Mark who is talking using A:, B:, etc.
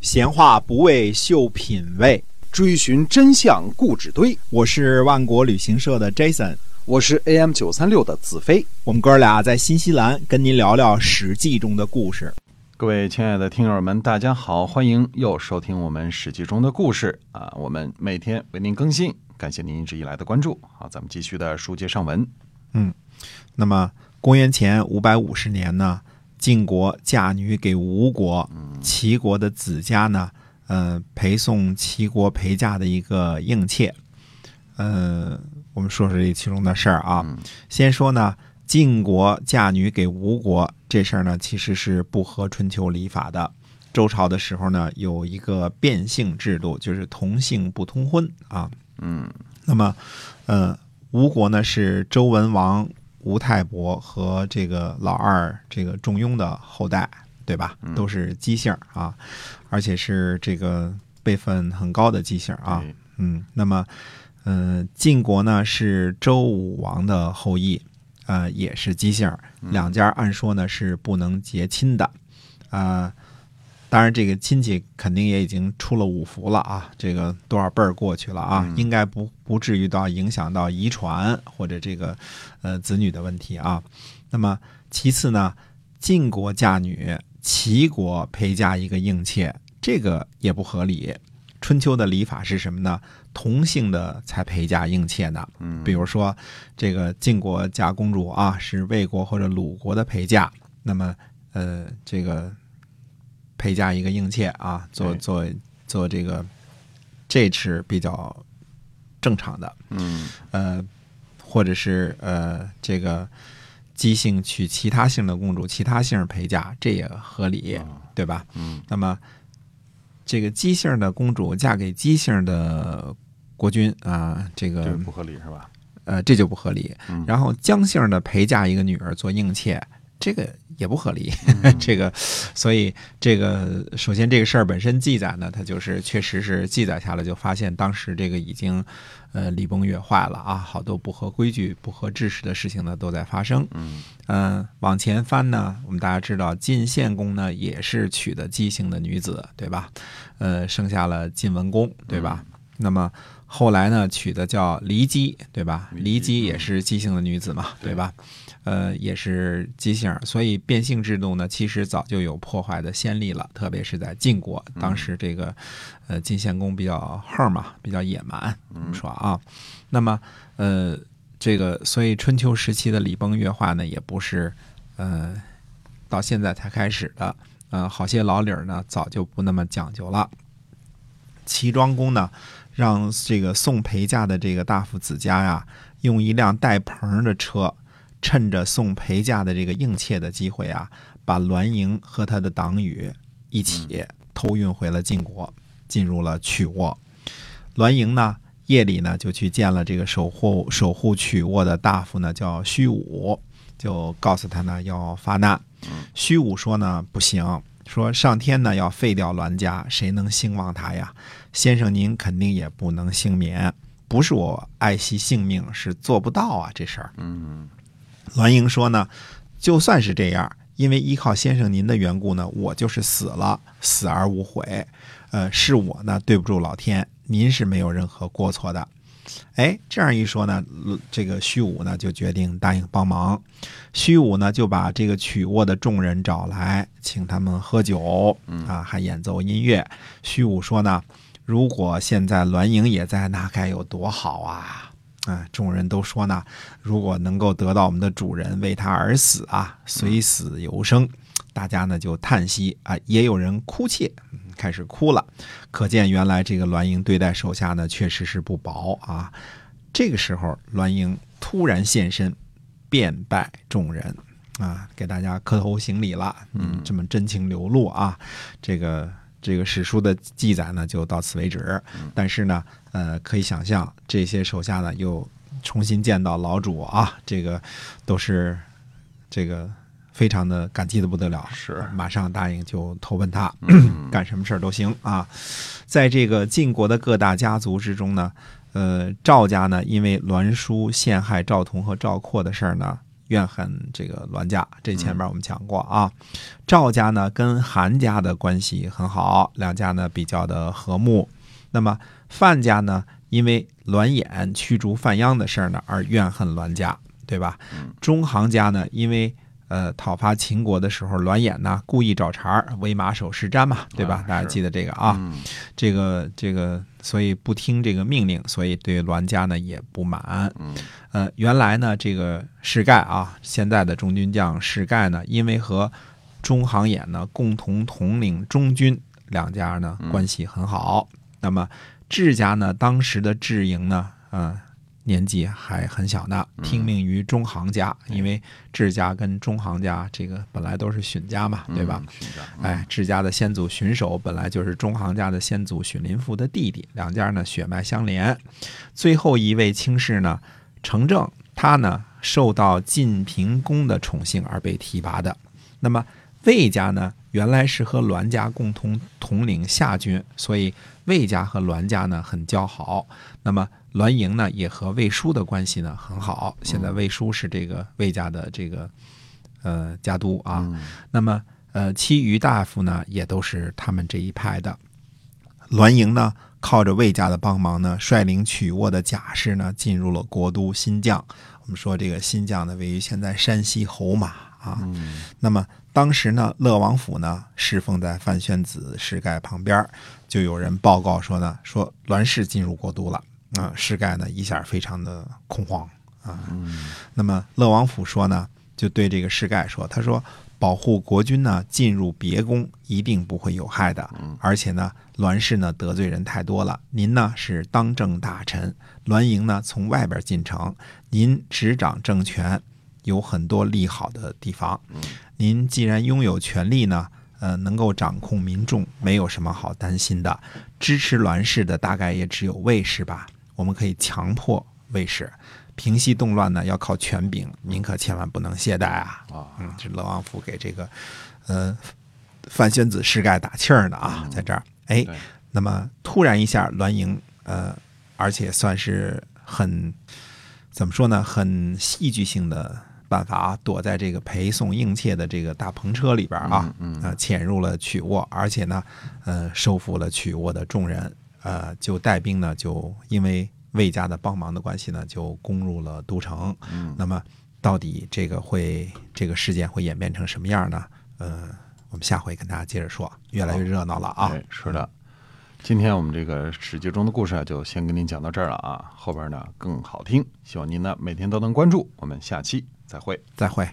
A: 闲话不为秀品味，
B: 追寻真相故纸堆。
A: 我是万国旅行社的 Jason，
B: 我是 AM 九三六的子飞。
A: 我们哥俩在新西兰跟您聊聊《史记》中的故事。
B: 各位亲爱的听友们，大家好，欢迎又收听我们《史记》中的故事啊！我们每天为您更新，感谢您一直以来的关注。好，咱们继续的书接上文。
A: 嗯，那么公元前五百五十年呢，晋国嫁女给吴国，齐国的子家呢，呃，陪送齐国陪嫁的一个应妾。呃，我们说说这其中的事儿啊。
B: 嗯
A: 先说呢，晋国嫁女给吴国这事儿呢，其实是不合春秋礼法的。周朝的时候呢，有一个变性制度，就是同姓不通婚啊。
B: 嗯
A: 那么，呃，吴国呢是周文王吴太伯和这个老二这个仲雍的后代，对吧？
B: 嗯
A: 都是姬姓儿啊，而且是这个辈分很高的姬姓儿啊。
B: 对
A: 嗯，那么，呃，晋国呢是周武王的后裔，呃，也是姬姓儿，两家按说呢是不能结亲的，啊、当然这个亲戚肯定也已经出了五福了啊，这个多少辈儿过去了啊，应该不不至于到影响到遗传或者这个呃子女的问题啊。那么其次呢，晋国嫁女，齐国陪嫁一个应妾，这个也不合理。春秋的礼法是什么呢？同姓的才陪嫁应妾呢。
B: 嗯，
A: 比如说这个晋国嫁公主啊，是魏国或者鲁国的陪嫁，那么呃，这个陪嫁一个应妾啊，做
B: 对
A: 做做这个这是比较正常的，
B: 嗯
A: 呃，或者是呃这个姬姓娶其他姓的公主，其他姓陪嫁，这也合理，对吧？
B: 啊嗯
A: 那么这个姬姓的公主嫁给姬姓的国君啊，这
B: 这
A: 个
B: 个不合理是吧？
A: 呃，这就不合理
B: 嗯。
A: 然后姜姓的陪嫁一个女儿做应妾，这个也不合理。
B: 嗯
A: 这个，所以这个首先这个事儿本身记载呢，它就是确实是记载下来，就发现当时这个已经呃礼崩乐坏了啊，好多不合规矩、不合制式的事情呢都在发生。
B: 嗯
A: 嗯，往前翻呢，我们大家知道晋献公呢也是娶的姬姓的女子，对吧？呃，生下了晋文公，对吧？
B: 嗯
A: 那么后来呢，娶的叫骊姬，对吧？
B: 骊
A: 骊
B: 姬嗯
A: 姬也是姬姓的女子嘛，
B: 对
A: 对吧？呃，也是姬姓儿，所以变性制度呢，其实早就有破坏的先例了，特别是在晋国，当时这个呃晋献公比较横儿嘛，比较野蛮，我们说啊，那么呃。这个，所以春秋时期的礼崩乐坏呢，也不是，呃，到现在才开始的。呃，好些老理儿呢，早就不那么讲究了。齐庄公呢，让这个送陪嫁的这个大夫子家呀，用一辆带棚儿的车，趁着送陪嫁的这个应妾的机会啊，把栾盈和他的党羽一起偷运回了晋国，进入了曲沃。栾盈呢，夜里呢就去见了这个守护守护曲沃的大夫呢，叫虚武，就告诉他呢要发难。虚武说呢不行，说上天呢要废掉栾家，谁能兴旺他呀？先生您肯定也不能幸免，不是我爱惜性命，是做不到啊这事儿。
B: 嗯
A: 栾盈说呢，就算是这样，因为依靠先生您的缘故呢，我就是死了，死而无悔。呃，是我呢对不住老天，您是没有任何过错的。哎，这样一说呢，呃这个虚武呢就决定答应帮忙。虚武呢就把这个曲沃的众人找来，请他们喝酒，啊，还演奏音乐。虚武说呢，如果现在栾盈也在，那该有多好啊！啊，众人都说呢，如果能够得到我们的主人为他而死啊，虽死犹生。大家呢就叹息啊，也有人哭泣，嗯开始哭了。可见原来这个栾盈对待手下呢确实是不薄啊。这个时候，栾盈突然现身，遍拜众人啊，给大家磕头行礼了。嗯，这么真情流露啊，这个这个史书的记载呢就到此为止。嗯但是呢，呃，可以想象这些手下呢又重新见到老主啊，这个都是这个非常的感激的不得了，
B: 是
A: 马上答应就投奔他， 干什么事儿都行啊。在这个晋国的各大家族之中呢，呃，赵家呢，因为栾书陷害赵同和赵括的事儿呢，怨恨这个栾家，这前面我们讲过啊。赵家呢跟韩家的关系很好，两家呢比较的和睦。那么范家呢，因为栾衍驱逐范鞅的事儿呢而怨恨栾家，对吧？
B: 嗯
A: 中行家呢，因为呃讨伐秦国的时候，栾衍呢故意找茬儿，为马首是瞻嘛，对吧
B: 啊？
A: 大家
B: 是
A: 记得这个啊。
B: 嗯
A: 这个这个，所以不听这个命令，所以对栾家呢也不满。
B: 嗯
A: 呃，原来呢这个士盖啊，现在的中军将士盖呢，因为和中行衍呢共同统领中军，两家呢
B: 嗯
A: 关系很好。那么智家呢，当时的智营呢，呃。年纪还很小呢，
B: 嗯
A: 听命于中行家，
B: 哎
A: 因为智家跟中行家这个本来都是荀家嘛，对吧？？
B: 嗯寻找嗯
A: 哎，智家的先祖荀守本来就是中行家的先祖荀林赋的弟弟，两家呢血脉相连。最后一位卿士呢，程正，他呢受到晋平公的宠幸而被提拔的。那么魏家呢，原来是和栾家共同统领夏军，所以魏家和栾家呢很交好。那么栾盈呢，也和魏叔的关系呢很好。现
B: 嗯
A: 在魏叔是这个魏家的这个呃家督啊。
B: 嗯
A: 那么呃，其余大夫呢，也都是他们这一派的。栾盈呢，靠着魏家的帮忙呢，率领曲沃的甲士呢，进入了国都新绛。我们说这个新绛呢，位于现在山西侯马啊。
B: 嗯
A: 那么当时呢，乐王府呢侍奉在范宣子石盖旁边儿，就有人报告说呢，说栾氏进入国都了。啊、石盖呢一下非常的恐慌啊。那么乐王府说呢，就对这个石盖说，他说保护国君呢进入别宫一定不会有害的，而且呢栾氏呢得罪人太多了，您呢是当政大臣，栾盈呢从外边进城，您执掌政权，有很多利好的地方。您既然拥有权力呢，呃，能够掌控民众，没有什么好担心的。支持栾氏的大概也只有魏氏吧，我们可以强迫魏氏。平息动乱呢，要靠权柄，您可千万不能懈怠啊！
B: 啊
A: 嗯，这乐王府给这个，呃，范宣子世盖打气儿呢啊，在这儿，哎，
B: 对
A: 那么突然一下，栾盈，呃，而且算是很怎么说呢，很戏剧性的办法啊，躲在这个陪送应妾的这个大篷车里边啊，
B: 嗯嗯
A: 呃，潜入了曲沃，而且呢，呃，收服了曲沃的众人，呃，就带兵呢，就因为魏家的帮忙的关系呢，就攻入了都城。
B: 嗯
A: 那么到底这个会这个事件会演变成什么样呢？呃，我们下回跟大家接着说，越来越热闹了啊。
B: 对，哎是的。今天我们这个《史记》中的故事啊，就先跟您讲到这儿了啊，后边呢更好听，希望您呢每天都能关注，我们下期再会。
A: 再会。